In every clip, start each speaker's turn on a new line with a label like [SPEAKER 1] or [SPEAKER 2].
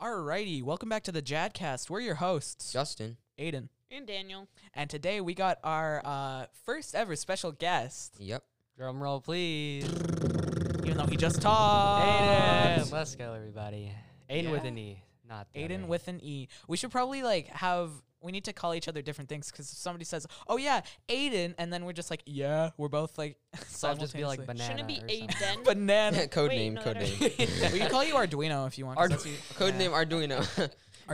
[SPEAKER 1] Alrighty, welcome back to the Jadcast. We're your hosts,
[SPEAKER 2] Justin.
[SPEAKER 1] Aiden,
[SPEAKER 3] And Daniel.
[SPEAKER 1] and today we got our uh, first ever special guest.
[SPEAKER 2] Yep.
[SPEAKER 4] Drum roll, please.
[SPEAKER 1] Even though he just talked,
[SPEAKER 4] Aiden, let's go, everybody. Aiden with
[SPEAKER 1] Yeah.
[SPEAKER 4] an E, not the
[SPEAKER 1] Aiden
[SPEAKER 4] other.
[SPEAKER 1] with an E. We should probably like have. We need to call each other different things because if somebody says, "Oh yeah, Aiden," and then we're just like, "Yeah," we're both like
[SPEAKER 4] So I'll just be like
[SPEAKER 1] simultaneously.
[SPEAKER 3] Shouldn't
[SPEAKER 4] banana.
[SPEAKER 3] it
[SPEAKER 4] or
[SPEAKER 3] be
[SPEAKER 4] something.
[SPEAKER 3] Aiden.
[SPEAKER 1] banana.
[SPEAKER 2] code
[SPEAKER 3] Wait,
[SPEAKER 2] name,
[SPEAKER 3] no,
[SPEAKER 2] code
[SPEAKER 3] that
[SPEAKER 2] name.
[SPEAKER 1] we can call you Arduino if you want. 'cause
[SPEAKER 2] Ardu-
[SPEAKER 1] that's you-
[SPEAKER 2] code
[SPEAKER 1] yeah.
[SPEAKER 2] name Arduino.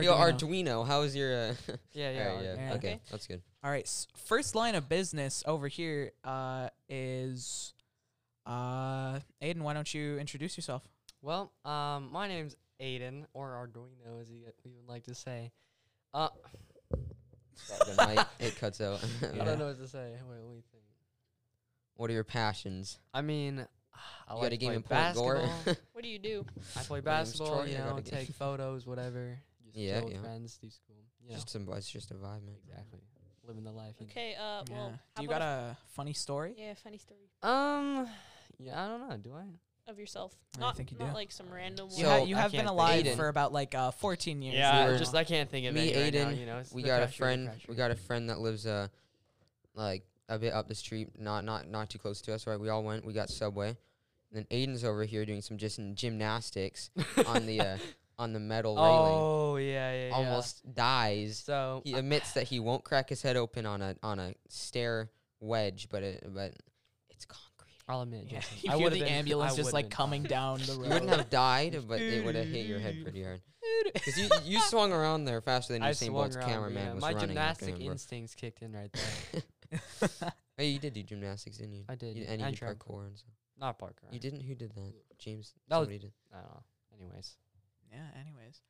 [SPEAKER 2] Yo,
[SPEAKER 1] Arduino.
[SPEAKER 2] Arduino, how is your? Uh,
[SPEAKER 4] Yeah, yeah.
[SPEAKER 2] alright,
[SPEAKER 4] I'll-
[SPEAKER 1] Yeah.
[SPEAKER 2] yeah. Okay.
[SPEAKER 3] Okay.
[SPEAKER 2] that's good.
[SPEAKER 1] All right. s- First line of business over here uh, is uh, Aiden. Why don't you introduce yourself?
[SPEAKER 4] Well, um, my name's Aiden, or Arduino, as you, you would like to say. Uh,
[SPEAKER 2] the mic, it cuts out.
[SPEAKER 4] I
[SPEAKER 1] Yeah.
[SPEAKER 4] don't know what to say. Wait, let me think.
[SPEAKER 2] What are your passions?
[SPEAKER 4] I mean, I
[SPEAKER 2] You
[SPEAKER 4] like
[SPEAKER 2] got a game
[SPEAKER 4] to
[SPEAKER 2] in
[SPEAKER 4] play
[SPEAKER 2] Point Gore?
[SPEAKER 4] basketball.
[SPEAKER 3] What do you do?
[SPEAKER 4] I play
[SPEAKER 2] My name's
[SPEAKER 4] basketball,
[SPEAKER 2] Troy,
[SPEAKER 4] you
[SPEAKER 2] I got
[SPEAKER 4] know,
[SPEAKER 2] a game.
[SPEAKER 4] take photos, whatever. Just
[SPEAKER 2] Yeah,
[SPEAKER 4] chill with
[SPEAKER 2] yeah.
[SPEAKER 4] friends, do school. You know,
[SPEAKER 2] Just some, it's just a vibe, man.
[SPEAKER 4] exactly. Living the life. you know.
[SPEAKER 3] Okay, uh, well,
[SPEAKER 1] Yeah.
[SPEAKER 3] how
[SPEAKER 1] Do you
[SPEAKER 3] about
[SPEAKER 1] got a funny
[SPEAKER 3] a
[SPEAKER 1] story?
[SPEAKER 3] yeah, funny story
[SPEAKER 4] Um, yeah, I don't know. Do I?
[SPEAKER 3] of yourself?
[SPEAKER 1] I
[SPEAKER 3] Not,
[SPEAKER 1] think you
[SPEAKER 3] not
[SPEAKER 1] do.
[SPEAKER 3] like some random
[SPEAKER 1] you,
[SPEAKER 2] So,
[SPEAKER 1] ha-
[SPEAKER 3] one.
[SPEAKER 1] you
[SPEAKER 4] I
[SPEAKER 1] have been
[SPEAKER 4] can't think.
[SPEAKER 1] alive
[SPEAKER 2] Aiden.
[SPEAKER 1] for about like uh, 14 years.
[SPEAKER 2] Yeah,
[SPEAKER 4] Yeah,
[SPEAKER 2] were-
[SPEAKER 4] just I can't think of
[SPEAKER 2] me,
[SPEAKER 4] any right now,
[SPEAKER 2] Aiden,
[SPEAKER 4] you know, it's
[SPEAKER 2] We
[SPEAKER 4] the
[SPEAKER 2] got a
[SPEAKER 4] pressure, the
[SPEAKER 2] friend.
[SPEAKER 4] pressure.
[SPEAKER 2] We got a friend that lives uh, like a bit up the street, not not not too close to us. Right, we all went. We got Subway. And then Aiden's over here doing some just gymnastics on the uh, on the metal railing.
[SPEAKER 4] Oh yeah, yeah, yeah.
[SPEAKER 2] Almost dies.
[SPEAKER 4] So
[SPEAKER 2] He admits that he won't crack his head open on a on a stair wedge, but it, but it's concrete.
[SPEAKER 4] I'll admit,
[SPEAKER 1] Yeah,
[SPEAKER 4] Justin,
[SPEAKER 1] you
[SPEAKER 4] I
[SPEAKER 1] hear
[SPEAKER 4] would've
[SPEAKER 1] the
[SPEAKER 4] been-
[SPEAKER 1] ambulance
[SPEAKER 4] I
[SPEAKER 1] just
[SPEAKER 4] would've
[SPEAKER 1] like
[SPEAKER 4] been
[SPEAKER 1] coming
[SPEAKER 4] fine.
[SPEAKER 1] down the
[SPEAKER 2] You wouldn't
[SPEAKER 1] road.
[SPEAKER 2] have died, but it would have hit your head pretty hard. Because you, you swung around there faster than
[SPEAKER 4] I
[SPEAKER 2] Usain
[SPEAKER 4] swung
[SPEAKER 2] Bolt's
[SPEAKER 4] around,
[SPEAKER 2] cameraman
[SPEAKER 4] yeah.
[SPEAKER 2] was
[SPEAKER 4] My
[SPEAKER 2] running after
[SPEAKER 4] gymnastic
[SPEAKER 2] him, bro.
[SPEAKER 4] instincts kicked in right there.
[SPEAKER 2] Hey, you did do gymnastics, didn't you?
[SPEAKER 4] I did.
[SPEAKER 2] You
[SPEAKER 4] yeah.
[SPEAKER 2] and you
[SPEAKER 4] And
[SPEAKER 2] did
[SPEAKER 4] trampoline.
[SPEAKER 2] parkour and stuff.
[SPEAKER 4] Not Parker.
[SPEAKER 2] You didn't? Who did that? James.
[SPEAKER 4] That was-
[SPEAKER 2] somebody did.
[SPEAKER 4] I don't know. Anyways,
[SPEAKER 1] yeah. Anyways.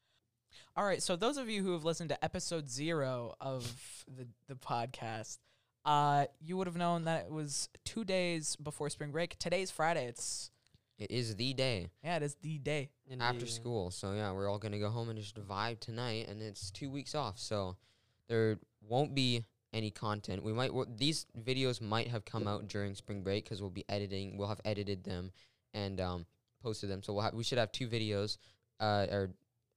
[SPEAKER 1] All right. So those of you who have listened to episode zero of the the podcast, uh, you would have known that it was two days before spring break. Today's Friday. It's
[SPEAKER 2] It is the day
[SPEAKER 1] yeah. It is the day.
[SPEAKER 2] after
[SPEAKER 4] Indeed.
[SPEAKER 2] school. So yeah, we're all gonna go home and just vibe tonight, and it's two weeks off. So there won't be any content. We might w- these videos might have come out during spring break because we'll be editing. We'll have edited them and um, posted them. So we'll have we should have two videos uh, or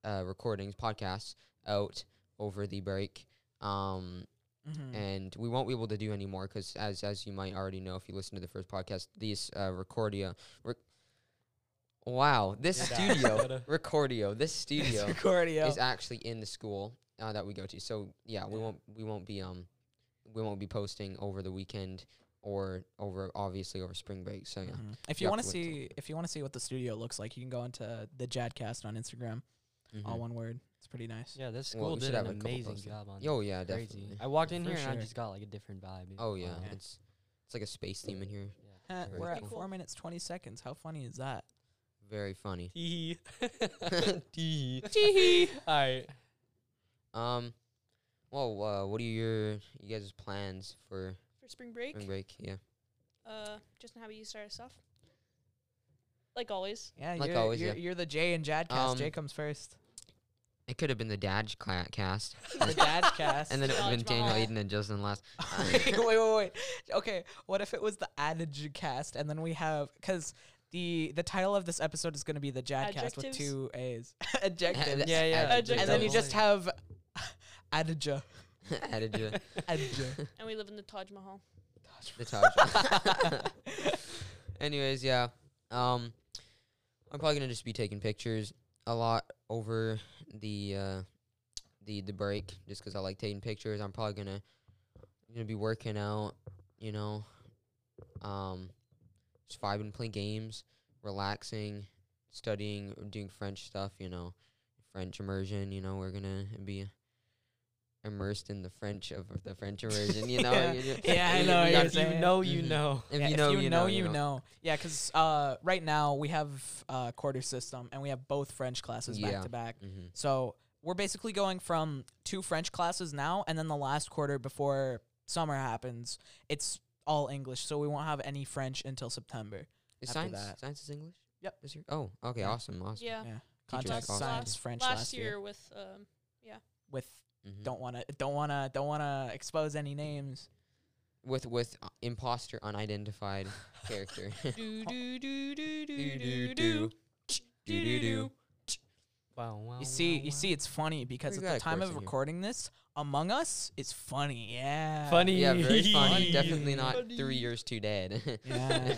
[SPEAKER 2] uh, recordings podcasts out over the break. Um,
[SPEAKER 1] Mm-hmm.
[SPEAKER 2] and we won't be able to do any more because as as you might already know if you listen to the first podcast these uh recordia rec- wow this
[SPEAKER 4] Yeah, that-
[SPEAKER 2] studio
[SPEAKER 4] gotta-
[SPEAKER 2] recordio this studio
[SPEAKER 1] Concordia.
[SPEAKER 2] is actually in the school uh, that we go to so yeah we
[SPEAKER 4] Yeah.
[SPEAKER 2] won't we won't be um we won't be posting over the weekend or over obviously over spring break so Oh, yeah
[SPEAKER 1] Mhm. If
[SPEAKER 2] Yeah,
[SPEAKER 1] you want to
[SPEAKER 2] with-
[SPEAKER 1] see, if you want to see what the studio looks like, you can go onto the Jadcast on Instagram. Mm-hmm. All
[SPEAKER 2] Mhm.
[SPEAKER 1] one word. It's pretty nice.
[SPEAKER 4] Yeah, this
[SPEAKER 2] Well,
[SPEAKER 4] school
[SPEAKER 2] we should
[SPEAKER 4] did
[SPEAKER 2] have
[SPEAKER 4] an
[SPEAKER 2] a couple
[SPEAKER 4] amazing
[SPEAKER 2] posted.
[SPEAKER 4] job on. that.
[SPEAKER 2] oh yeah
[SPEAKER 4] Crazy.
[SPEAKER 2] definitely
[SPEAKER 4] I walked in
[SPEAKER 1] For
[SPEAKER 4] here and
[SPEAKER 1] sure.
[SPEAKER 4] I just got like a different vibe.
[SPEAKER 2] oh yeah
[SPEAKER 1] Yeah.
[SPEAKER 2] it's it's like a space theme in here
[SPEAKER 1] Uh,
[SPEAKER 2] Very
[SPEAKER 1] we're at
[SPEAKER 3] cool.
[SPEAKER 1] four minutes twenty seconds. How funny is that?
[SPEAKER 2] very funny
[SPEAKER 4] All right.
[SPEAKER 2] Um, well, uh, what are your you guys' plans for
[SPEAKER 3] for spring break.
[SPEAKER 2] spring break? Yeah,
[SPEAKER 3] Uh, Justin, how about you start us off? Like always.
[SPEAKER 1] Yeah,
[SPEAKER 2] Like
[SPEAKER 1] you're,
[SPEAKER 2] always,
[SPEAKER 1] you're,
[SPEAKER 2] yeah.
[SPEAKER 1] you're the J and Jadcast.
[SPEAKER 2] Um,
[SPEAKER 1] J comes first.
[SPEAKER 2] it could have been the Dad cla- cast,
[SPEAKER 1] The Dadcast.
[SPEAKER 2] and then it would have been
[SPEAKER 3] Dodgeball.
[SPEAKER 2] Daniel Aiden and Justin last.
[SPEAKER 1] wait, wait, wait. Okay, what if it was the Adage Cast, and then we have because the the title of this episode is going to be the Jadcast with
[SPEAKER 3] Adjectives?
[SPEAKER 1] two A's. Adjectives.
[SPEAKER 2] Yeah, yeah.
[SPEAKER 1] And then you
[SPEAKER 3] Double
[SPEAKER 1] just have Adage.
[SPEAKER 2] Added you
[SPEAKER 1] Adage.
[SPEAKER 3] And we live in the Taj Mahal.
[SPEAKER 2] the Taj. Anyways, yeah. Um, I'm probably gonna just be taking pictures a lot over the uh, the the break, just 'cause I like taking pictures. I'm probably gonna gonna be working out, you know, um, just vibing, playing games, relaxing, studying, or doing French stuff, you know, French immersion. You know, we're gonna be immersed in the French of the French immersion. You know,
[SPEAKER 1] Yeah.
[SPEAKER 2] You-
[SPEAKER 1] Yeah, I
[SPEAKER 2] you-
[SPEAKER 1] know
[SPEAKER 2] you
[SPEAKER 1] what
[SPEAKER 2] gotta
[SPEAKER 1] you're
[SPEAKER 2] be-
[SPEAKER 1] saying.
[SPEAKER 4] You know, you
[SPEAKER 2] Mhm.
[SPEAKER 4] know.
[SPEAKER 2] if
[SPEAKER 1] Yeah,
[SPEAKER 2] you know, you know,
[SPEAKER 1] you know. Yeah, because uh, right now we have uh, quarter system and we have both French classes
[SPEAKER 2] Yeah.
[SPEAKER 1] back to back.
[SPEAKER 2] Mm-hmm.
[SPEAKER 1] So we're basically going from two French classes now, and then the last quarter before summer happens, it's all English. So we won't have any French until September.
[SPEAKER 2] Is
[SPEAKER 1] After
[SPEAKER 2] science
[SPEAKER 1] that.
[SPEAKER 2] science is English?
[SPEAKER 1] Yep.
[SPEAKER 2] This year? Oh, okay,
[SPEAKER 1] Yeah.
[SPEAKER 2] awesome, awesome.
[SPEAKER 3] Yeah.
[SPEAKER 1] Yeah. Contact
[SPEAKER 3] Last-
[SPEAKER 1] science
[SPEAKER 3] last-
[SPEAKER 1] French
[SPEAKER 3] Last,
[SPEAKER 1] last,
[SPEAKER 3] year, with um,
[SPEAKER 1] with
[SPEAKER 2] Mhm.
[SPEAKER 1] don't wanna don't wanna don't wanna expose any names.
[SPEAKER 2] with with uh, imposter unidentified character.
[SPEAKER 3] do do do
[SPEAKER 2] Do,
[SPEAKER 3] do do do do do do do.
[SPEAKER 4] Wow, wow,
[SPEAKER 1] You see,
[SPEAKER 4] wow,
[SPEAKER 1] you
[SPEAKER 4] wow.
[SPEAKER 1] see, it's funny because
[SPEAKER 2] We
[SPEAKER 1] at
[SPEAKER 2] got
[SPEAKER 1] the
[SPEAKER 2] a
[SPEAKER 1] time
[SPEAKER 2] course
[SPEAKER 1] of
[SPEAKER 2] in here.
[SPEAKER 1] recording this, Among Us is funny. Yeah.
[SPEAKER 4] Funny.
[SPEAKER 2] Yeah, very funny. Definitely not three
[SPEAKER 3] Funny.
[SPEAKER 2] years too dead.
[SPEAKER 1] Yeah.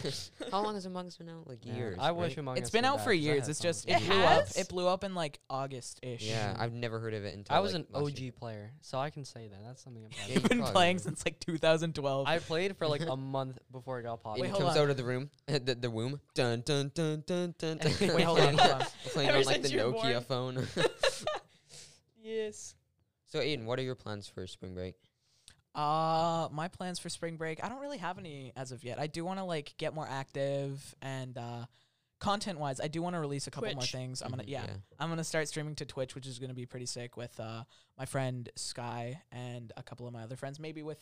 [SPEAKER 2] How long has Among Us been out? Like
[SPEAKER 4] Yeah,
[SPEAKER 2] years.
[SPEAKER 4] I wish
[SPEAKER 2] right?
[SPEAKER 4] Among
[SPEAKER 1] it's
[SPEAKER 4] Us
[SPEAKER 1] been
[SPEAKER 4] were
[SPEAKER 1] out
[SPEAKER 4] back,
[SPEAKER 1] for
[SPEAKER 4] 'cause I
[SPEAKER 1] years.
[SPEAKER 4] had
[SPEAKER 1] It's
[SPEAKER 4] fun
[SPEAKER 1] just
[SPEAKER 4] with
[SPEAKER 1] it
[SPEAKER 3] It
[SPEAKER 1] blew up.
[SPEAKER 3] has?
[SPEAKER 1] It blew up in like August ish.
[SPEAKER 2] Yeah, I've never heard of it until
[SPEAKER 4] I was
[SPEAKER 2] like,
[SPEAKER 4] an
[SPEAKER 2] last year.
[SPEAKER 4] OG player, so I can say that. That's something I'm proud
[SPEAKER 2] Yeah,
[SPEAKER 1] You've
[SPEAKER 4] of.
[SPEAKER 2] you
[SPEAKER 1] been
[SPEAKER 2] probably
[SPEAKER 1] playing
[SPEAKER 2] would.
[SPEAKER 1] since like 2012.
[SPEAKER 4] I played for like a month before it got
[SPEAKER 2] And
[SPEAKER 1] Wait,
[SPEAKER 2] he
[SPEAKER 4] popular.
[SPEAKER 1] hold
[SPEAKER 2] comes
[SPEAKER 1] on.
[SPEAKER 2] out of the room, the, the womb. Dun dun dun dun dun. dun.
[SPEAKER 1] Wait, hold on. Hold on.
[SPEAKER 2] We're playing
[SPEAKER 3] Ever
[SPEAKER 2] on like the
[SPEAKER 3] since you were
[SPEAKER 2] Nokia
[SPEAKER 3] born.
[SPEAKER 2] phone.
[SPEAKER 3] Yes.
[SPEAKER 2] so Aiden, what are your plans for spring break?
[SPEAKER 1] Uh, my plans for spring break. I don't really have any as of yet. I do want to like get more active and uh, content wise, I do want to release a couple more
[SPEAKER 3] Twitch.
[SPEAKER 1] things. I'm gonna
[SPEAKER 2] Mhm,
[SPEAKER 1] yeah, I'm gonna start streaming to Twitch, which is gonna be pretty sick with uh my friend Sky and a couple of my other friends, maybe with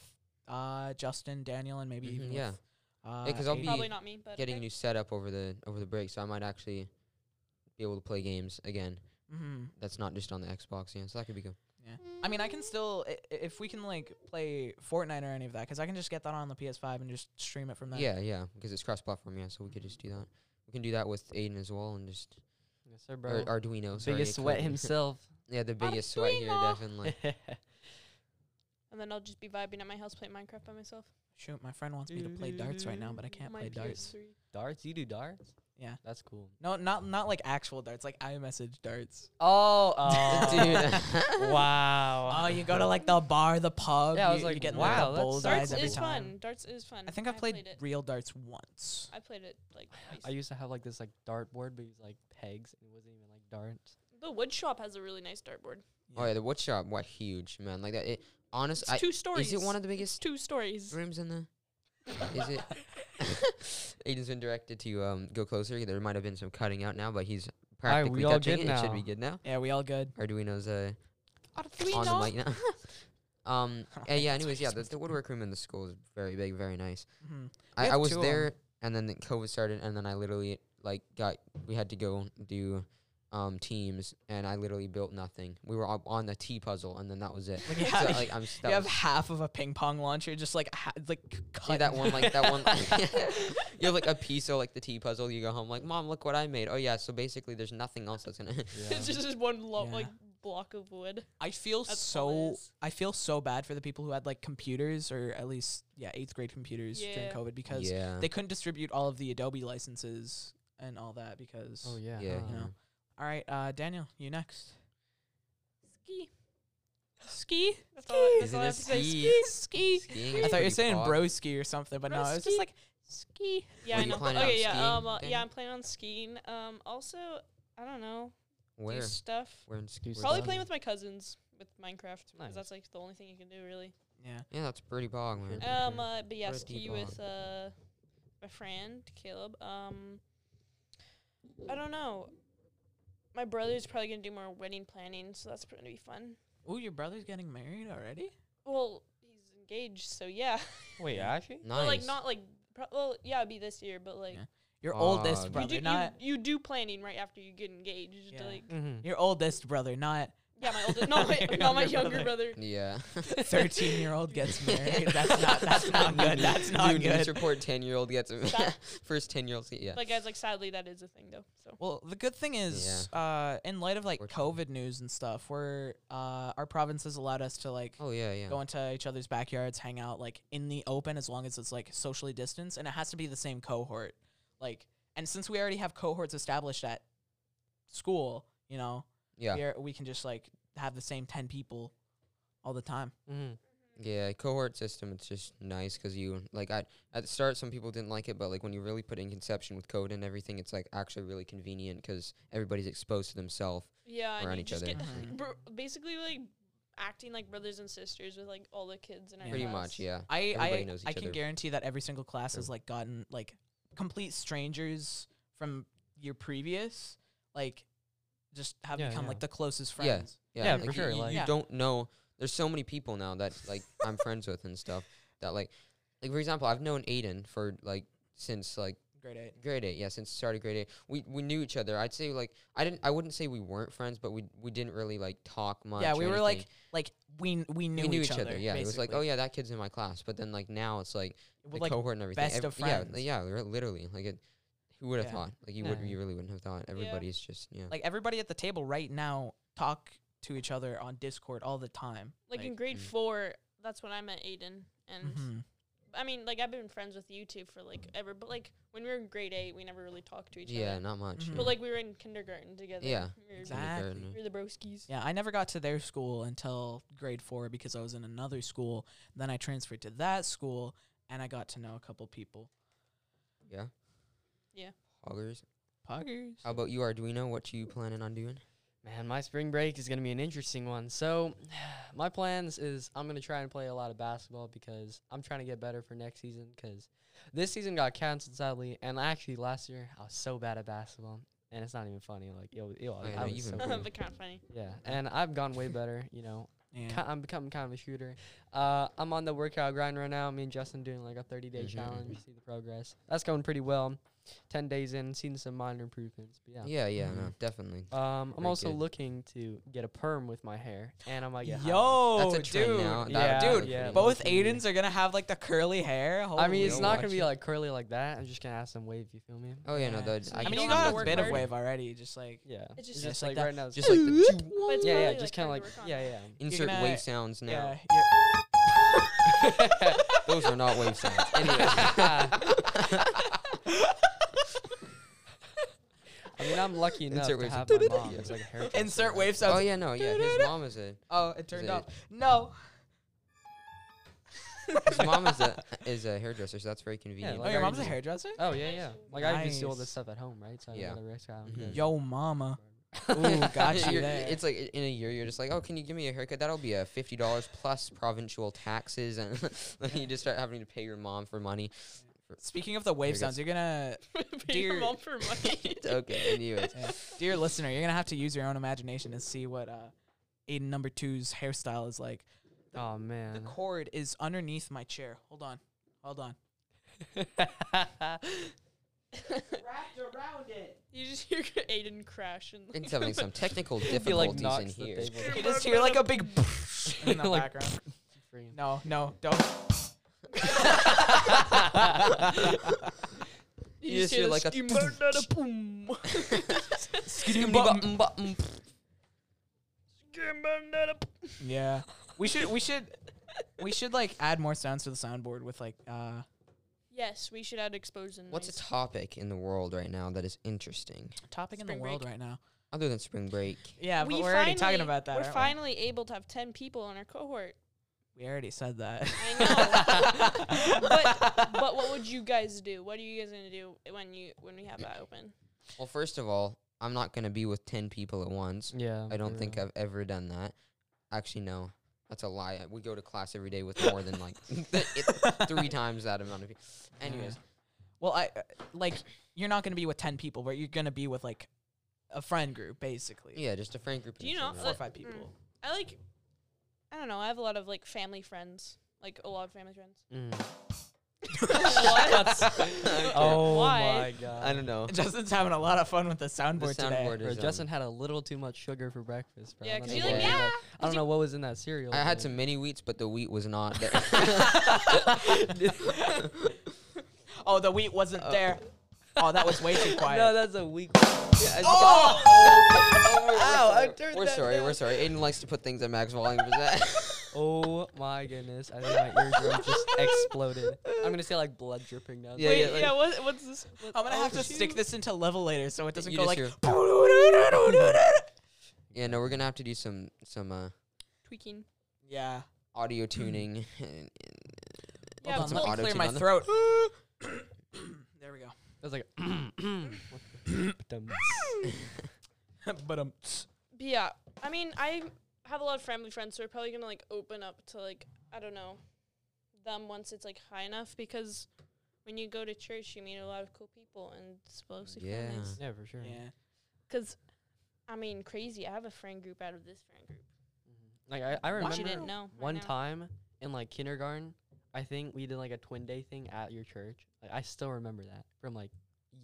[SPEAKER 1] uh Justin, Daniel, and maybe
[SPEAKER 2] Mhm,
[SPEAKER 1] even
[SPEAKER 2] yeah.
[SPEAKER 1] with, uh,
[SPEAKER 2] 'cause I'll
[SPEAKER 1] Aiden.
[SPEAKER 2] be-
[SPEAKER 3] Probably not me, but
[SPEAKER 2] Getting a
[SPEAKER 3] okay.
[SPEAKER 2] new setup over the over the break, so I might actually be able to play games again.
[SPEAKER 1] Mhm.
[SPEAKER 2] That's not just on the Xbox, yeah. So that could be cool.
[SPEAKER 1] I mean, I can still i- i- if we can like play Fortnite or any of that, because I can just get that on the PS5 and just stream it from there.
[SPEAKER 2] Yeah, yeah, because it's cross-platform, yeah. So we could just do that. We can do that with Aiden as well, and just
[SPEAKER 4] Yes, sir,
[SPEAKER 2] or
[SPEAKER 4] bro.
[SPEAKER 2] Arduino. Sorry,
[SPEAKER 4] Biggest
[SPEAKER 2] I
[SPEAKER 4] sweat
[SPEAKER 2] couldn't-
[SPEAKER 4] himself.
[SPEAKER 2] yeah, the biggest sweat here,
[SPEAKER 3] Arduino.
[SPEAKER 2] definitely.
[SPEAKER 3] and then I'll just be vibing at my house playing Minecraft by myself.
[SPEAKER 1] Shoot, my friend wants me to play darts right now, but I can't
[SPEAKER 3] My
[SPEAKER 1] play darts.
[SPEAKER 3] PS3.
[SPEAKER 4] darts? You do darts?
[SPEAKER 1] Yeah.
[SPEAKER 4] That's cool.
[SPEAKER 1] No, not not like actual darts, like iMessage darts.
[SPEAKER 4] Oh,
[SPEAKER 1] oh.
[SPEAKER 2] Dude.
[SPEAKER 4] wow.
[SPEAKER 1] Oh, you go to like the bar, the pub.
[SPEAKER 4] Yeah, I
[SPEAKER 1] you,
[SPEAKER 4] was like,
[SPEAKER 1] you get
[SPEAKER 4] wow,
[SPEAKER 1] like, the
[SPEAKER 4] that's-
[SPEAKER 1] bullseyes
[SPEAKER 3] Darts
[SPEAKER 1] every
[SPEAKER 3] is
[SPEAKER 1] time.
[SPEAKER 3] fun. Darts is fun.
[SPEAKER 1] I think I played,
[SPEAKER 3] it.
[SPEAKER 1] real darts once.
[SPEAKER 3] I played it like
[SPEAKER 4] I
[SPEAKER 3] twice.
[SPEAKER 4] used to have like this like dartboard, but it was like pegs. and It wasn't even like darts.
[SPEAKER 3] the wood shop has a really nice dartboard.
[SPEAKER 2] Oh yeah, the wood shop, what huge man! Like that. It, honest,
[SPEAKER 3] It's
[SPEAKER 2] I,
[SPEAKER 3] two stories.
[SPEAKER 2] is it one of the biggest
[SPEAKER 3] two stories?
[SPEAKER 2] rooms in the? Is it? Aiden's been directed to um go closer. There might have been some cutting out now, but he's
[SPEAKER 4] right,
[SPEAKER 2] practically
[SPEAKER 4] we all
[SPEAKER 2] touching it.
[SPEAKER 4] good
[SPEAKER 2] It should be
[SPEAKER 4] now.
[SPEAKER 2] good now.
[SPEAKER 1] Yeah, we all good.
[SPEAKER 2] Arduino's uh
[SPEAKER 3] We
[SPEAKER 2] on
[SPEAKER 3] know.
[SPEAKER 2] the mic now. um.
[SPEAKER 1] I don't think that's
[SPEAKER 2] eh, yeah.
[SPEAKER 1] what
[SPEAKER 2] Anyways,
[SPEAKER 1] you're
[SPEAKER 2] yeah. The, the woodwork room in the school is very big, very nice.
[SPEAKER 1] Mhm.
[SPEAKER 2] I,
[SPEAKER 1] have
[SPEAKER 2] I was
[SPEAKER 1] two of 'em.
[SPEAKER 2] there, and then the COVID started, and then I literally like got we had to go do um teams, and I literally built nothing. We were all on the T puzzle, and then that was it.
[SPEAKER 1] Like,
[SPEAKER 2] So,
[SPEAKER 1] yeah,
[SPEAKER 2] like I'm. s- that
[SPEAKER 1] you have
[SPEAKER 2] was-
[SPEAKER 1] half of a ping pong launcher, just like ha- like c- cut.
[SPEAKER 2] See that
[SPEAKER 1] in
[SPEAKER 2] one, like that one.
[SPEAKER 1] half.
[SPEAKER 2] you have like a piece of like the tea puzzle. You go home, like, mom, look what I made. Oh yeah, so basically, there's nothing else that's gonna.
[SPEAKER 4] Yeah.
[SPEAKER 3] it's just this one lo-
[SPEAKER 1] Yeah.
[SPEAKER 3] like block of wood.
[SPEAKER 1] I feel
[SPEAKER 3] That's
[SPEAKER 1] so
[SPEAKER 3] all it is.
[SPEAKER 1] I feel so bad for the people who had like computers or at least yeah eighth grade computers during
[SPEAKER 3] Yeah.
[SPEAKER 1] COVID because
[SPEAKER 2] yeah.
[SPEAKER 1] they couldn't distribute all of the Adobe licenses and all that because.
[SPEAKER 4] Oh yeah.
[SPEAKER 2] yeah.
[SPEAKER 4] huh.
[SPEAKER 1] you know. All right, uh, Daniel, you next.
[SPEAKER 3] Ski. Ski. That's all,
[SPEAKER 2] Ski.
[SPEAKER 3] that's
[SPEAKER 2] Isn't
[SPEAKER 3] all I
[SPEAKER 2] it
[SPEAKER 3] have to say.
[SPEAKER 2] ski?
[SPEAKER 3] Ski. Ski.
[SPEAKER 2] Skiing
[SPEAKER 1] I thought
[SPEAKER 2] is
[SPEAKER 1] you
[SPEAKER 2] pretty
[SPEAKER 1] were saying
[SPEAKER 2] pog.
[SPEAKER 1] broski or something, but no, it was just
[SPEAKER 3] Broski.
[SPEAKER 1] like
[SPEAKER 3] Ski. Yeah,
[SPEAKER 2] Were
[SPEAKER 3] I
[SPEAKER 2] you
[SPEAKER 3] know.
[SPEAKER 2] planning on
[SPEAKER 3] Okay, yeah.
[SPEAKER 2] skiing,
[SPEAKER 3] Um, uh,
[SPEAKER 2] Daniel?
[SPEAKER 3] yeah, I'm planning on skiing. Um, also, I don't know,
[SPEAKER 2] Where?
[SPEAKER 3] do stuff.
[SPEAKER 2] Where in school?
[SPEAKER 4] Excuse
[SPEAKER 3] Probably
[SPEAKER 4] done.
[SPEAKER 3] playing with my cousins with Minecraft
[SPEAKER 4] Nice.
[SPEAKER 3] because that's like the only thing you can do really.
[SPEAKER 1] yeah.
[SPEAKER 2] Yeah, that's pretty bog, man.
[SPEAKER 4] Okay.
[SPEAKER 3] Um, uh, but yeah,
[SPEAKER 2] Or a
[SPEAKER 3] ski
[SPEAKER 2] deep
[SPEAKER 3] with uh, my friend Caleb. Um, I don't know. My brother's probably gonna do more wedding planning, so that's gonna be fun.
[SPEAKER 1] Oh, your brother's getting married already?
[SPEAKER 3] Well, he's engaged, so yeah.
[SPEAKER 4] Wait, actually?
[SPEAKER 2] Nice.
[SPEAKER 3] But like not like pro- well, yeah, it'd be this year, but like
[SPEAKER 1] Yeah. Your
[SPEAKER 2] Oh,
[SPEAKER 1] oldest
[SPEAKER 2] dude.
[SPEAKER 1] brother,
[SPEAKER 3] you do
[SPEAKER 1] not
[SPEAKER 3] you, you do planning right after you get engaged.
[SPEAKER 1] Yeah.
[SPEAKER 3] Like
[SPEAKER 4] Mm-hmm.
[SPEAKER 1] your oldest brother, not
[SPEAKER 3] yeah, my oldest, not my,
[SPEAKER 1] Your
[SPEAKER 3] not my
[SPEAKER 1] younger
[SPEAKER 3] younger brother.
[SPEAKER 2] Yeah.
[SPEAKER 1] thirteen year old gets married. That's not that's not good. That's not
[SPEAKER 2] New news
[SPEAKER 1] good.
[SPEAKER 2] report: ten year old gets
[SPEAKER 3] That-
[SPEAKER 2] first ten year old. Yeah.
[SPEAKER 3] Like guys, like sadly that is a thing though. So
[SPEAKER 1] Well, the good thing is, uh, in light of like
[SPEAKER 2] Fortunately.
[SPEAKER 1] COVID news and stuff, where uh, our provinces allowed us to like
[SPEAKER 2] oh yeah, yeah.
[SPEAKER 1] go into each other's backyards, hang out like in the open as long as it's like socially distanced and it has to be the same cohort. Like and since we already have cohorts established at school, you know,
[SPEAKER 2] yeah.
[SPEAKER 1] we, are, we can just like have the same 10 people all the time.
[SPEAKER 4] Mm-hmm.
[SPEAKER 2] Yeah, cohort system. It's just nice 'cause you like I at the start some people didn't like it, but like when you really put in conception with code and everything, it's like actually really convenient 'cause everybody's exposed to themselves.
[SPEAKER 3] yeah,
[SPEAKER 2] Around
[SPEAKER 3] and you
[SPEAKER 2] each
[SPEAKER 3] just
[SPEAKER 2] other.
[SPEAKER 3] get
[SPEAKER 1] Mhm.
[SPEAKER 3] bro- basically like acting like brothers and sisters with like all the kids and
[SPEAKER 1] Yeah.
[SPEAKER 2] Pretty
[SPEAKER 1] Yes.
[SPEAKER 2] much, yeah.
[SPEAKER 1] I
[SPEAKER 2] Everybody
[SPEAKER 1] I,
[SPEAKER 2] knows
[SPEAKER 1] I
[SPEAKER 2] each
[SPEAKER 1] can
[SPEAKER 2] other.
[SPEAKER 1] guarantee that every single class has
[SPEAKER 2] True.
[SPEAKER 1] like gotten like complete strangers from your previous like just have
[SPEAKER 4] Yeah,
[SPEAKER 1] become
[SPEAKER 4] yeah.
[SPEAKER 1] like the closest
[SPEAKER 2] Yeah.
[SPEAKER 1] friends.
[SPEAKER 2] Yeah,
[SPEAKER 4] Yeah,
[SPEAKER 2] like,
[SPEAKER 4] for
[SPEAKER 2] you-
[SPEAKER 4] sure,
[SPEAKER 2] You,
[SPEAKER 4] like-
[SPEAKER 2] you
[SPEAKER 1] Yeah.
[SPEAKER 2] don't know. There's so many people now that like I'm friends with and stuff that like, like for example, I've known Aiden for like since like
[SPEAKER 1] Grade 8.
[SPEAKER 2] grade eight. Yeah, since started grade eight, we we knew each other. I'd say like I didn't. I wouldn't say we weren't friends, but we we didn't really like talk much.
[SPEAKER 1] yeah,
[SPEAKER 2] or
[SPEAKER 1] we were
[SPEAKER 2] anything.
[SPEAKER 1] like like we kn- we knew,
[SPEAKER 2] we knew
[SPEAKER 1] each, other.
[SPEAKER 2] Yeah, it was like oh
[SPEAKER 1] basically.
[SPEAKER 2] yeah, that kid's in my class. But then like now it's like
[SPEAKER 1] Well,
[SPEAKER 2] the
[SPEAKER 1] like,
[SPEAKER 2] cohort and everything.
[SPEAKER 1] best of
[SPEAKER 2] yeah,
[SPEAKER 1] friends.
[SPEAKER 2] Yeah, li- literally like it. Who would have
[SPEAKER 1] Yeah.
[SPEAKER 2] thought? Like you
[SPEAKER 4] Yeah.
[SPEAKER 2] would, you really wouldn't have thought. Everybody's just yeah.
[SPEAKER 1] Like everybody at the table right now talk to each other on Discord all the time.
[SPEAKER 3] Like, in grade
[SPEAKER 2] mm. Mm-hmm.
[SPEAKER 3] four, that's when I met Aiden, and
[SPEAKER 1] mhm.
[SPEAKER 3] I mean, like I've been friends with you two for like ever, but like when we were in grade eight, we never really talked to each
[SPEAKER 2] yeah,
[SPEAKER 3] other.
[SPEAKER 2] not much.
[SPEAKER 1] Mhm.
[SPEAKER 2] yeah.
[SPEAKER 3] But like we were in kindergarten together.
[SPEAKER 2] Yeah,
[SPEAKER 3] we were,
[SPEAKER 1] Exactly.
[SPEAKER 2] Kindergarten,
[SPEAKER 3] we were the broskies.
[SPEAKER 1] Yeah, I never got to their school until grade four because I was in another school. Then I transferred to that school and I got to know a couple people.
[SPEAKER 2] Yeah.
[SPEAKER 3] Yeah.
[SPEAKER 2] Hoggers.
[SPEAKER 1] Poggers.
[SPEAKER 2] How about you, Arduino? What you planning on doing?
[SPEAKER 4] Man, my spring break is going to be an interesting one. So, my plans is I'm going to try and play a lot of basketball because I'm trying to get better for next season because this season got canceled, sadly. And actually, last year, I was so bad at basketball. And it's not even funny. Like, yo, yo,
[SPEAKER 2] I
[SPEAKER 4] I,
[SPEAKER 2] know,
[SPEAKER 4] was
[SPEAKER 2] even
[SPEAKER 4] so
[SPEAKER 2] me.
[SPEAKER 4] bad.
[SPEAKER 3] but kind of funny.
[SPEAKER 4] Yeah, and I've gone way better, you know.
[SPEAKER 1] Yeah.
[SPEAKER 4] Ki- I'm becoming kind of a shooter. Uh, I'm on the workout grind right now. Me and Justin doing like a 30 day
[SPEAKER 2] Mhm,
[SPEAKER 4] challenge. See the progress. That's going pretty well. 10 days in, seen some minor improvements. But yeah.
[SPEAKER 2] Yeah, yeah, no,
[SPEAKER 1] Mhm.
[SPEAKER 2] definitely.
[SPEAKER 4] Um, I'm
[SPEAKER 2] Very
[SPEAKER 4] also
[SPEAKER 2] good.
[SPEAKER 4] looking to get a perm with my hair, and I might get highlights.
[SPEAKER 1] Yo,
[SPEAKER 2] Oh, That's a trend
[SPEAKER 1] dude.
[SPEAKER 2] now.
[SPEAKER 4] Yeah,
[SPEAKER 2] That'll
[SPEAKER 1] dude,
[SPEAKER 2] be
[SPEAKER 4] yeah.
[SPEAKER 2] pretty
[SPEAKER 1] Both
[SPEAKER 2] low-key.
[SPEAKER 1] Aidens are gonna have like the curly hair.
[SPEAKER 4] I mean, it's
[SPEAKER 1] Holy
[SPEAKER 2] Yo,
[SPEAKER 4] not gonna be
[SPEAKER 2] watch it.
[SPEAKER 4] like curly like that. I'm just gonna have some wave. You feel me?
[SPEAKER 2] Oh yeah, no,
[SPEAKER 1] Yeah.
[SPEAKER 2] that
[SPEAKER 1] I
[SPEAKER 3] You
[SPEAKER 1] mean,
[SPEAKER 3] don't
[SPEAKER 1] you
[SPEAKER 3] have to
[SPEAKER 1] got a
[SPEAKER 3] work
[SPEAKER 1] bit of
[SPEAKER 3] hard.
[SPEAKER 1] wave already. Just like
[SPEAKER 4] Yeah.
[SPEAKER 3] It's
[SPEAKER 4] It's
[SPEAKER 3] just,
[SPEAKER 4] just
[SPEAKER 1] like
[SPEAKER 4] like
[SPEAKER 1] that.
[SPEAKER 4] right now. it's
[SPEAKER 2] just like the
[SPEAKER 3] But it's
[SPEAKER 4] yeah, yeah.
[SPEAKER 3] probably,
[SPEAKER 4] Just kind
[SPEAKER 3] kinda
[SPEAKER 4] of like
[SPEAKER 3] work on
[SPEAKER 4] yeah,
[SPEAKER 3] it.
[SPEAKER 4] yeah.
[SPEAKER 2] insert
[SPEAKER 1] gonna-
[SPEAKER 2] wave sounds now.
[SPEAKER 1] yeah, you're-
[SPEAKER 2] Those are not wave sounds. Anyway,
[SPEAKER 4] I mean, I'm lucky enough
[SPEAKER 2] Insert
[SPEAKER 4] to
[SPEAKER 2] waves.
[SPEAKER 4] have my mom.
[SPEAKER 2] Yeah.
[SPEAKER 4] who's like a hair
[SPEAKER 1] insert
[SPEAKER 4] wave.
[SPEAKER 1] wave
[SPEAKER 2] oh
[SPEAKER 1] sounds.
[SPEAKER 2] yeah, no, yeah. His mom is a
[SPEAKER 1] Oh, it turned
[SPEAKER 2] it-
[SPEAKER 1] off. No.
[SPEAKER 2] his mom is a is a hairdresser, so that's very convenient.
[SPEAKER 1] Oh,
[SPEAKER 4] like-
[SPEAKER 1] your mom's a
[SPEAKER 4] already-
[SPEAKER 1] hairdresser?
[SPEAKER 4] Oh yeah, yeah. Like I used to do all
[SPEAKER 1] Nice.
[SPEAKER 4] this stuff at home, right? So I
[SPEAKER 2] Yeah. Mm-hmm.
[SPEAKER 4] yeah. the risk. I don't
[SPEAKER 2] Mhm.
[SPEAKER 4] care.
[SPEAKER 1] Yo, mama. Ooh, got you
[SPEAKER 2] You're-
[SPEAKER 1] there.
[SPEAKER 2] It's like in a year, you're just like, oh, can you give me a haircut? That'll be a fifty dollars plus provincial taxes, and then you just start having to pay your mom for money.
[SPEAKER 1] Speaking of the wave
[SPEAKER 2] Here it
[SPEAKER 1] sounds, you're gonna,
[SPEAKER 3] Pay your
[SPEAKER 1] Dear-
[SPEAKER 3] mom for money.
[SPEAKER 2] okay. Anyways,
[SPEAKER 1] yeah. dear listener, you're gonna have to use your own imagination and see what uh, Aiden number two's hairstyle is like.
[SPEAKER 4] Oh
[SPEAKER 1] The
[SPEAKER 2] Uh-huh.
[SPEAKER 4] man.
[SPEAKER 1] cord is underneath my chair. Hold on. Hold on. Wrapped around it.
[SPEAKER 3] you just hear Aiden crash and
[SPEAKER 2] it's having some technical
[SPEAKER 4] He like
[SPEAKER 2] difficulties in
[SPEAKER 4] knocks the
[SPEAKER 2] here.
[SPEAKER 4] table.
[SPEAKER 1] You just hear like a big in the
[SPEAKER 4] Like-
[SPEAKER 1] background.
[SPEAKER 4] Free.
[SPEAKER 1] No, no, don't.
[SPEAKER 2] You
[SPEAKER 3] you,
[SPEAKER 2] just hear like a
[SPEAKER 3] a boom.
[SPEAKER 2] mm,
[SPEAKER 1] Yeah. We should we should we should like add more sounds to the soundboard with like uh
[SPEAKER 3] Yes, we should add exposed and
[SPEAKER 2] What's a
[SPEAKER 3] nice.
[SPEAKER 2] topic in the world right now that is interesting,
[SPEAKER 1] topic in
[SPEAKER 3] Spring
[SPEAKER 1] the world
[SPEAKER 3] break.
[SPEAKER 1] right now.
[SPEAKER 2] other than spring break?
[SPEAKER 1] Yeah, but
[SPEAKER 3] We
[SPEAKER 1] we're already talking
[SPEAKER 3] finally-
[SPEAKER 1] about that.
[SPEAKER 3] We're
[SPEAKER 1] aren't we?
[SPEAKER 3] finally able to have ten people in our cohort.
[SPEAKER 1] We? already said that.
[SPEAKER 3] I know. but but what would you guys do? What are you guys gonna do when you when we have that open?
[SPEAKER 2] Well, first of all, I'm not gonna be with ten people at once.
[SPEAKER 4] Yeah.
[SPEAKER 2] I don't
[SPEAKER 4] for
[SPEAKER 2] think
[SPEAKER 4] real.
[SPEAKER 2] I've ever done that. Actually, no. That's a lie. We go to class every day with more than like it- three times that amount of people. Anyways,
[SPEAKER 1] well, I uh, like you're not going to be with 10 people, but you're going to be with like a friend group basically.
[SPEAKER 2] yeah, just a friend group.
[SPEAKER 3] Do you
[SPEAKER 2] in
[SPEAKER 3] know-
[SPEAKER 2] general.
[SPEAKER 1] Four or
[SPEAKER 3] Uh,
[SPEAKER 1] five people.
[SPEAKER 3] I like I don't know, I have a lot of like family friends. Like a lot of family friends.
[SPEAKER 4] Mm.
[SPEAKER 3] Mm. what?
[SPEAKER 4] Oh
[SPEAKER 3] Why?
[SPEAKER 4] my god.
[SPEAKER 2] I don't know.
[SPEAKER 1] Justin's having a lot of fun with the soundboard,
[SPEAKER 2] soundboard
[SPEAKER 1] today.
[SPEAKER 4] Bro,
[SPEAKER 2] is, um,
[SPEAKER 4] Justin had a little too much sugar for breakfast, bro.
[SPEAKER 3] Yeah,
[SPEAKER 4] I don't
[SPEAKER 3] 'cause
[SPEAKER 4] know
[SPEAKER 3] you're
[SPEAKER 2] like,
[SPEAKER 4] what-
[SPEAKER 3] yeah,
[SPEAKER 4] I don't
[SPEAKER 3] you-
[SPEAKER 4] know what was in that cereal.
[SPEAKER 2] I had
[SPEAKER 4] but-
[SPEAKER 2] some mini wheats, but the wheat was not there.
[SPEAKER 1] Oh, the wheat wasn't there. Oh, that was way too quiet.
[SPEAKER 4] No, that's a weak.
[SPEAKER 1] Oh!
[SPEAKER 4] Ow, I
[SPEAKER 2] we're sorry.
[SPEAKER 4] turned
[SPEAKER 2] We're
[SPEAKER 4] that
[SPEAKER 2] sorry.
[SPEAKER 4] down.
[SPEAKER 2] We're sorry. Aiden likes to put things at max volume. for that.
[SPEAKER 4] Oh my goodness! I think my eardrum just exploded. I'm gonna say like blood dripping down.
[SPEAKER 2] Yeah,
[SPEAKER 3] Wait,
[SPEAKER 2] yeah, like-
[SPEAKER 3] what, what's this?
[SPEAKER 1] I'm going to have to
[SPEAKER 3] shoot.
[SPEAKER 1] stick this into level later so it doesn't
[SPEAKER 2] You
[SPEAKER 1] go like.
[SPEAKER 2] just hear- yeah, no, we're gonna have to do some some uh,
[SPEAKER 3] Tweaking.
[SPEAKER 1] yeah.
[SPEAKER 2] audio
[SPEAKER 4] Mm.
[SPEAKER 2] tuning. and-
[SPEAKER 1] Hold on,
[SPEAKER 2] some
[SPEAKER 3] Yeah,
[SPEAKER 1] let me
[SPEAKER 3] well,
[SPEAKER 2] auto
[SPEAKER 1] clear
[SPEAKER 2] tune
[SPEAKER 1] my
[SPEAKER 2] on the-
[SPEAKER 1] throat. there we go.
[SPEAKER 4] That's like. What the- dum.
[SPEAKER 1] but um,
[SPEAKER 3] but yeah. I mean, I have a lot of family friends, so we're probably gonna like open up to like I don't know them once it's like high enough because when you go to church, you meet a lot of cool people and it's mostly
[SPEAKER 2] Yeah.
[SPEAKER 3] families.
[SPEAKER 4] yeah, for sure.
[SPEAKER 1] yeah.
[SPEAKER 3] Cause, I mean, crazy. I have a friend group out of this friend group.
[SPEAKER 4] Like I, I
[SPEAKER 3] What
[SPEAKER 4] remember
[SPEAKER 3] you didn't know. right
[SPEAKER 4] one
[SPEAKER 3] now.
[SPEAKER 4] time in like kindergarten, I think we did like a twin day thing at your church. Like I still remember that from like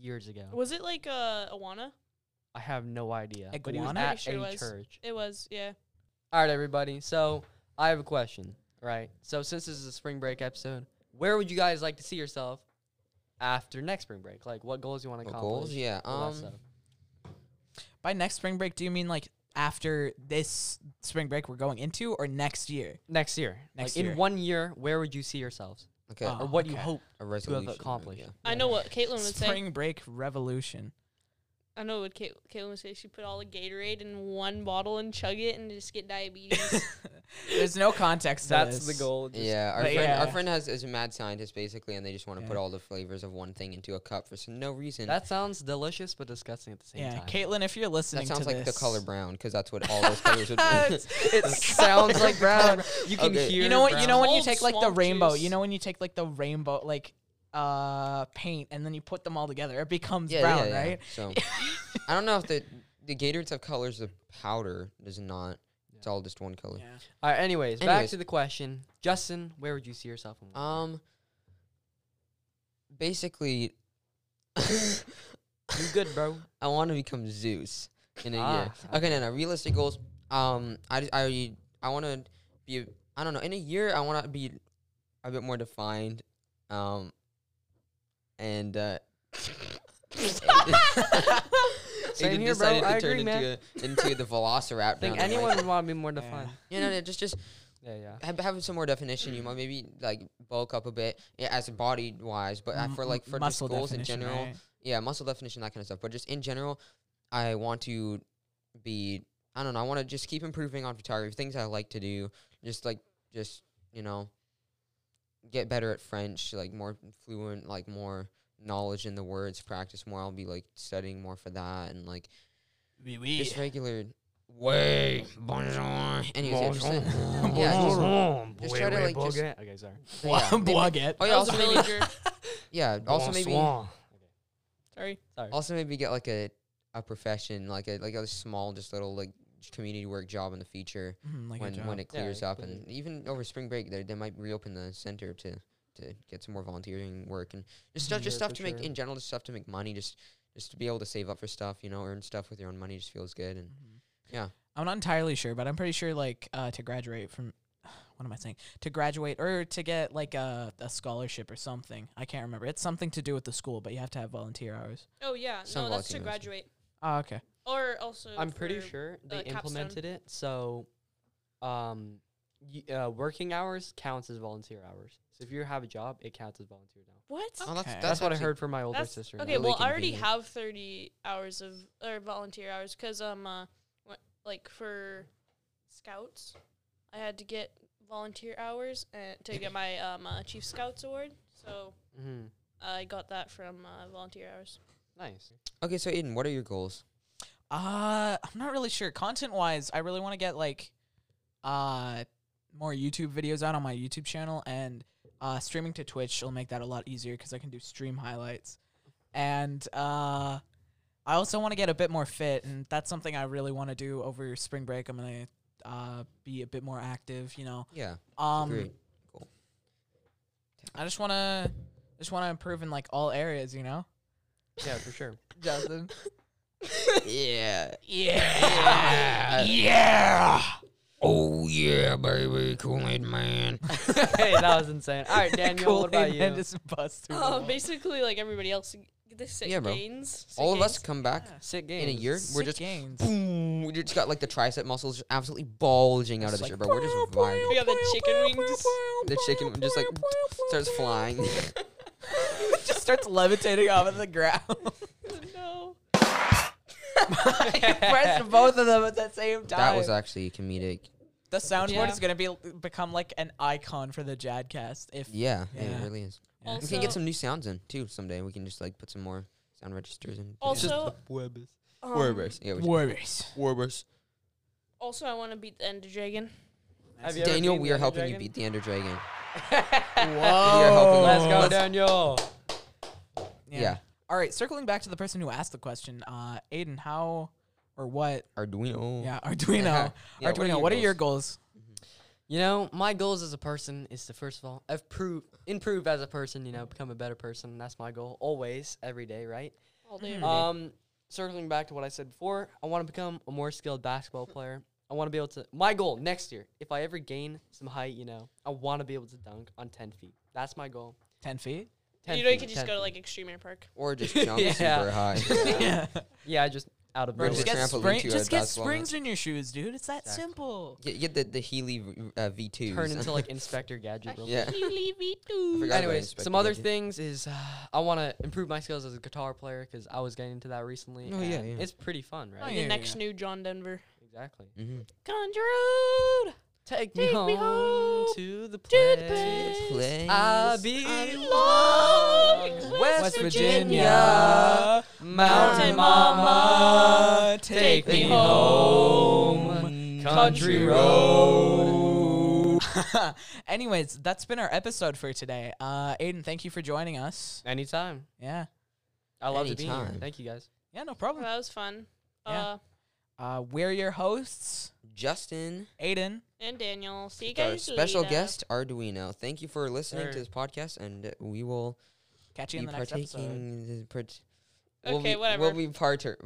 [SPEAKER 4] years ago.
[SPEAKER 3] Was it like uh, Awana?
[SPEAKER 4] I have no idea. But it was
[SPEAKER 1] Iguana?
[SPEAKER 4] at
[SPEAKER 3] Pretty sure it
[SPEAKER 4] a
[SPEAKER 3] was.
[SPEAKER 4] church.
[SPEAKER 3] It was, yeah.
[SPEAKER 4] All right, everybody. So I have a question. Right. So since this is a spring break episode, where would you guys like to see yourself after next spring break? Like, what goals you want to
[SPEAKER 2] What
[SPEAKER 4] accomplish?
[SPEAKER 2] goals? Yeah.
[SPEAKER 4] all
[SPEAKER 2] Um,
[SPEAKER 4] that stuff.
[SPEAKER 1] By next spring break, do you mean like after this spring break we're going into, or next year?
[SPEAKER 4] next year.
[SPEAKER 1] Next
[SPEAKER 4] like
[SPEAKER 1] year.
[SPEAKER 4] in one year, where would you see yourselves,
[SPEAKER 2] okay.
[SPEAKER 1] Uh,
[SPEAKER 4] or
[SPEAKER 1] Oh,
[SPEAKER 4] what you
[SPEAKER 1] okay.
[SPEAKER 4] hope?
[SPEAKER 2] a resolution. uh,
[SPEAKER 4] accomplished.
[SPEAKER 2] yeah.
[SPEAKER 3] I know what Caitlin would say.
[SPEAKER 1] Spring break revolution.
[SPEAKER 3] I know what Cait- Caitlin would say. She put all the Gatorade in one bottle and chug it and just get diabetes.
[SPEAKER 1] There's no context to
[SPEAKER 4] That's the
[SPEAKER 1] this.
[SPEAKER 4] goal.
[SPEAKER 2] Yeah, our
[SPEAKER 1] But
[SPEAKER 2] friend, our
[SPEAKER 1] yeah.
[SPEAKER 2] friend has is a mad scientist basically, and they just want to put
[SPEAKER 1] Yeah.
[SPEAKER 2] all the flavors of one thing into a cup for s- no reason.
[SPEAKER 4] That sounds delicious but disgusting at the same
[SPEAKER 1] Yeah,
[SPEAKER 4] time.
[SPEAKER 1] Caitlin, if you're listening
[SPEAKER 2] that sounds
[SPEAKER 1] to
[SPEAKER 2] like the
[SPEAKER 1] this-
[SPEAKER 2] color brown because that's what all those colors would be.
[SPEAKER 4] it sounds like brown. You can
[SPEAKER 2] Okay.
[SPEAKER 4] hear.
[SPEAKER 1] You know what? You
[SPEAKER 4] brown.
[SPEAKER 1] know when you
[SPEAKER 3] Cold
[SPEAKER 1] take like the
[SPEAKER 3] swamp
[SPEAKER 1] rainbow.
[SPEAKER 3] juice.
[SPEAKER 1] You know when you take like the rainbow like uh paint and then you put them all together, it becomes
[SPEAKER 2] yeah,
[SPEAKER 1] brown,
[SPEAKER 2] yeah, yeah.
[SPEAKER 1] right?
[SPEAKER 2] So I don't know if the the Gatorades have colors. The powder does not. It's all just one color.
[SPEAKER 4] All right. Anyways, back
[SPEAKER 2] Anyways.
[SPEAKER 4] to the question, Justin. Where would you see yourself? In one?
[SPEAKER 2] Um, basically,
[SPEAKER 4] you good, bro?
[SPEAKER 2] Uh, I want to become Zeus in a year.
[SPEAKER 4] Ah,
[SPEAKER 2] Okay, no, no. Realistic goals. Um, I, I, I want to be. a- I don't know. In a year, I want to be a bit more defined. Um, and uh,
[SPEAKER 4] Same
[SPEAKER 2] Aiden
[SPEAKER 4] here, bro.
[SPEAKER 2] decided to
[SPEAKER 4] I
[SPEAKER 2] turn
[SPEAKER 4] agree, man.
[SPEAKER 2] into, a, into the Velociraptor.
[SPEAKER 4] I think
[SPEAKER 2] on the
[SPEAKER 4] anyone
[SPEAKER 2] mic.
[SPEAKER 4] would want to be more
[SPEAKER 1] Yeah.
[SPEAKER 4] defined.
[SPEAKER 2] You know, just just
[SPEAKER 4] Yeah, yeah.
[SPEAKER 2] have, have some more definition. You might maybe like bulk up a bit yeah, as body wise, but uh, for like for just
[SPEAKER 1] muscle
[SPEAKER 2] goals in
[SPEAKER 1] definition,
[SPEAKER 2] general,
[SPEAKER 1] right?
[SPEAKER 2] yeah, muscle definition, that kind of stuff. But just in general, I want to be. I don't know. I want to just keep improving on photography. Things I like to do. Just like just you know, get better at French. Like more fluent. Like more knowledge in the words. Practice more. I'll be like studying more for that and like just regular. Way bonjour. Anyways, yeah, just, uh, yeah, just- just try to, like, just-
[SPEAKER 4] okay, sorry.
[SPEAKER 2] yeah, maybe-
[SPEAKER 1] Blog it.
[SPEAKER 2] Oh yeah,
[SPEAKER 3] I was
[SPEAKER 2] also
[SPEAKER 3] a
[SPEAKER 2] maybe
[SPEAKER 3] villager.
[SPEAKER 2] yeah, also maybe
[SPEAKER 3] Sorry.
[SPEAKER 2] also maybe get like a a profession like a like a small just little like j- community work job in the future
[SPEAKER 1] Mm, like a
[SPEAKER 2] when
[SPEAKER 1] job.
[SPEAKER 2] when it
[SPEAKER 4] Yeah,
[SPEAKER 2] clears up and
[SPEAKER 4] completely.
[SPEAKER 2] even over spring break they they might reopen the center to to get some more volunteering work and just stuff just
[SPEAKER 4] Yeah,
[SPEAKER 2] stuff
[SPEAKER 4] for
[SPEAKER 2] to make
[SPEAKER 4] sure.
[SPEAKER 2] in general just stuff to make money just just to be able to save up for stuff you know earn stuff with your own money just feels good and
[SPEAKER 1] Mhm.
[SPEAKER 2] yeah.
[SPEAKER 1] I'm not entirely sure, but I'm pretty sure like uh to graduate from what am I saying? To graduate or to get like a, a scholarship or something. I can't remember. It's something to do with the school, but you have to have volunteer hours.
[SPEAKER 3] Oh yeah.
[SPEAKER 2] Some
[SPEAKER 3] no, that's to
[SPEAKER 2] volcanoes.
[SPEAKER 3] graduate.
[SPEAKER 1] Oh, okay.
[SPEAKER 3] Or also.
[SPEAKER 4] I'm pretty
[SPEAKER 3] for-
[SPEAKER 4] sure they
[SPEAKER 3] uh, capstone.
[SPEAKER 4] implemented it so, um, y- uh, working hours counts as volunteer hours. So if you have a job, it counts as volunteer now.
[SPEAKER 3] What?
[SPEAKER 2] Oh, that's,
[SPEAKER 1] Okay.
[SPEAKER 2] that's,
[SPEAKER 4] That's, what I
[SPEAKER 2] actually-
[SPEAKER 4] heard from my older
[SPEAKER 3] That's-
[SPEAKER 4] sister.
[SPEAKER 3] Okay,
[SPEAKER 2] really
[SPEAKER 3] well, I already
[SPEAKER 2] convenient.
[SPEAKER 3] have 30 hours of or volunteer hours because um, uh, what, like for scouts, I had to get volunteer hours and to get my um uh, chief scouts award. So
[SPEAKER 4] Mm-hmm.
[SPEAKER 3] I got that from uh, volunteer hours.
[SPEAKER 4] Nice.
[SPEAKER 2] Okay, so Aiden, what are your goals?
[SPEAKER 1] Uh, I'm not really sure. Content wise, I really want to get like uh more YouTube videos out on my YouTube channel and uh streaming to Twitch will make that a lot easier cuz I can do stream highlights. And uh I also want to get a bit more fit and that's something I really want to do over spring break. I'm going to uh be a bit more active, you know.
[SPEAKER 2] Yeah,
[SPEAKER 1] Um
[SPEAKER 2] agree.
[SPEAKER 1] I just want to just want to improve in like all areas, you know.
[SPEAKER 4] Yeah, for sure.
[SPEAKER 1] Justin.
[SPEAKER 2] yeah.
[SPEAKER 1] yeah. Yeah.
[SPEAKER 2] Oh yeah, baby, Kool Aid man.
[SPEAKER 4] hey, that was insane. All right, Daniel, what about
[SPEAKER 1] Kool-Aid Man
[SPEAKER 4] you? Oh,
[SPEAKER 1] just bust through the
[SPEAKER 3] Uh,
[SPEAKER 1] wall.
[SPEAKER 3] basically, like everybody else, the sick
[SPEAKER 2] Yeah, bro.
[SPEAKER 3] gains. sick
[SPEAKER 2] All of us
[SPEAKER 3] gains.
[SPEAKER 2] come back
[SPEAKER 4] Sick game.
[SPEAKER 2] in a year. We're
[SPEAKER 1] Sick
[SPEAKER 2] just
[SPEAKER 1] gains.
[SPEAKER 2] boom. We just got like the tricep muscles just absolutely bulging out of
[SPEAKER 1] It's
[SPEAKER 2] the
[SPEAKER 1] like,
[SPEAKER 2] shirt, bro. We're just
[SPEAKER 3] We
[SPEAKER 2] vibing.
[SPEAKER 3] got the chicken wings.
[SPEAKER 2] The chicken just like starts flying.
[SPEAKER 1] just starts levitating off of the ground.
[SPEAKER 3] no.
[SPEAKER 1] Press both of them at the same time.
[SPEAKER 2] that was actually comedic.
[SPEAKER 1] the soundboard
[SPEAKER 3] Yeah.
[SPEAKER 1] is gonna be become like an icon for the Jadcast. If
[SPEAKER 2] Yeah, yeah,
[SPEAKER 1] Yeah.
[SPEAKER 2] it really is.
[SPEAKER 1] Yeah.
[SPEAKER 2] we can get
[SPEAKER 3] Also-
[SPEAKER 2] some new sounds in too someday. We can just like put some more sound registers in.
[SPEAKER 4] It's just
[SPEAKER 3] Also,
[SPEAKER 4] the webis.
[SPEAKER 3] um,
[SPEAKER 2] Warbers. Yeah, we
[SPEAKER 1] Warriors.
[SPEAKER 2] Warbers.
[SPEAKER 3] also, I want to beat the Ender Dragon.
[SPEAKER 4] Have you ever
[SPEAKER 2] Daniel,
[SPEAKER 4] seen
[SPEAKER 2] we
[SPEAKER 4] the
[SPEAKER 2] are
[SPEAKER 4] Ender
[SPEAKER 2] helping you
[SPEAKER 4] Dragon?
[SPEAKER 2] beat the Ender Dragon.
[SPEAKER 1] Whoa.
[SPEAKER 4] Let's go,
[SPEAKER 2] Let's-
[SPEAKER 4] Daniel.
[SPEAKER 1] Yeah.
[SPEAKER 2] yeah.
[SPEAKER 1] All right. Circling back to the person who asked the question, uh, Aiden, how or what?
[SPEAKER 2] Arduino.
[SPEAKER 1] Uh-huh. Yeah, Arduino.
[SPEAKER 2] Yeah,
[SPEAKER 1] Arduino. What are, your goals?
[SPEAKER 4] You know, my goals as a person is to first of all improve, improve as a person. You know, become a better person. That's my goal always, every day, right?
[SPEAKER 3] All
[SPEAKER 2] Mm-hmm.
[SPEAKER 3] day.
[SPEAKER 1] Mhm.
[SPEAKER 4] Um, circling back to what I said before, I want to become a more skilled basketball player. I want to be able to. My goal next year, if I ever gain some height, you know, I want to be able to dunk on ten feet. That's my goal.
[SPEAKER 1] Ten feet.
[SPEAKER 4] 10
[SPEAKER 3] you know, you
[SPEAKER 4] feet,
[SPEAKER 3] could just
[SPEAKER 4] 10
[SPEAKER 3] go to
[SPEAKER 4] feet.
[SPEAKER 3] like Extreme Air Park.
[SPEAKER 2] Or just jump super high.
[SPEAKER 1] yeah.
[SPEAKER 4] yeah, just out of
[SPEAKER 1] Bro,
[SPEAKER 2] Bro,
[SPEAKER 4] nowhere.
[SPEAKER 1] just
[SPEAKER 2] just
[SPEAKER 1] get,
[SPEAKER 2] trampoline
[SPEAKER 1] spring,
[SPEAKER 2] to a
[SPEAKER 1] just get
[SPEAKER 2] basketball net.
[SPEAKER 1] springs in your shoes, dude. It's that
[SPEAKER 4] Exactly.
[SPEAKER 1] simple.
[SPEAKER 2] Get, get the the Healy v- uh, V two.
[SPEAKER 4] turn into like Inspector Gadget. Real
[SPEAKER 2] yeah. Forgot about
[SPEAKER 4] Anyways,
[SPEAKER 2] Inspector
[SPEAKER 4] some other
[SPEAKER 2] Gadget.
[SPEAKER 4] things is uh, I want to improve my skills as a guitar player because I was getting into that recently.
[SPEAKER 2] Oh, yeah,
[SPEAKER 4] and
[SPEAKER 2] yeah.
[SPEAKER 4] It's pretty fun,
[SPEAKER 1] Oh,
[SPEAKER 4] right?
[SPEAKER 1] yeah,
[SPEAKER 3] the next
[SPEAKER 1] yeah.
[SPEAKER 3] new John Denver.
[SPEAKER 4] Exactly.
[SPEAKER 2] Mhm.
[SPEAKER 3] Conjured.
[SPEAKER 4] Take,
[SPEAKER 3] me home
[SPEAKER 4] to
[SPEAKER 3] to
[SPEAKER 4] the
[SPEAKER 3] the
[SPEAKER 4] place.
[SPEAKER 3] place.
[SPEAKER 2] Place
[SPEAKER 4] I
[SPEAKER 3] belong
[SPEAKER 4] belong.
[SPEAKER 3] in
[SPEAKER 4] West,
[SPEAKER 1] West
[SPEAKER 4] Virginia,
[SPEAKER 1] Virginia,
[SPEAKER 4] Mountain
[SPEAKER 3] Mountain
[SPEAKER 4] Mama,
[SPEAKER 1] Mama,
[SPEAKER 4] take me
[SPEAKER 1] take me Um,
[SPEAKER 4] home.
[SPEAKER 2] home.
[SPEAKER 4] Country
[SPEAKER 3] Country
[SPEAKER 4] road.
[SPEAKER 1] Anyways, that's been our episode for today. Uh, Aiden, thank you for joining us.
[SPEAKER 4] Anytime.
[SPEAKER 1] Yeah.
[SPEAKER 4] I love to be here.
[SPEAKER 2] Anytime.
[SPEAKER 4] Thank you guys.
[SPEAKER 1] Yeah, no
[SPEAKER 3] Well,
[SPEAKER 1] problem.
[SPEAKER 3] that was fun.
[SPEAKER 1] Yeah.
[SPEAKER 3] Uh,
[SPEAKER 1] Uh, we're your hosts,
[SPEAKER 2] Justin,
[SPEAKER 1] Aiden.
[SPEAKER 3] and Daniel. See you
[SPEAKER 2] with our
[SPEAKER 3] guys.
[SPEAKER 2] special
[SPEAKER 3] later.
[SPEAKER 2] guest Arduino. Thank you for listening
[SPEAKER 4] Sir.
[SPEAKER 2] to this podcast, and uh, we will
[SPEAKER 1] Catch you
[SPEAKER 2] be
[SPEAKER 1] in the next episode.
[SPEAKER 2] partaking. the part-
[SPEAKER 3] Okay,
[SPEAKER 2] be,
[SPEAKER 3] whatever.
[SPEAKER 2] We'll be parter,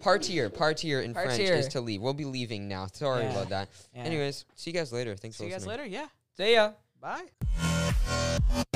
[SPEAKER 2] partier, partier in French is
[SPEAKER 1] Partier.
[SPEAKER 2] to leave. We'll be leaving now. Sorry
[SPEAKER 1] Yeah.
[SPEAKER 2] about that.
[SPEAKER 1] Yeah.
[SPEAKER 2] Anyways, see you guys later. Thanks
[SPEAKER 1] see
[SPEAKER 2] for
[SPEAKER 1] you guys
[SPEAKER 2] listening.
[SPEAKER 1] later. Yeah.
[SPEAKER 4] See ya.
[SPEAKER 1] Bye.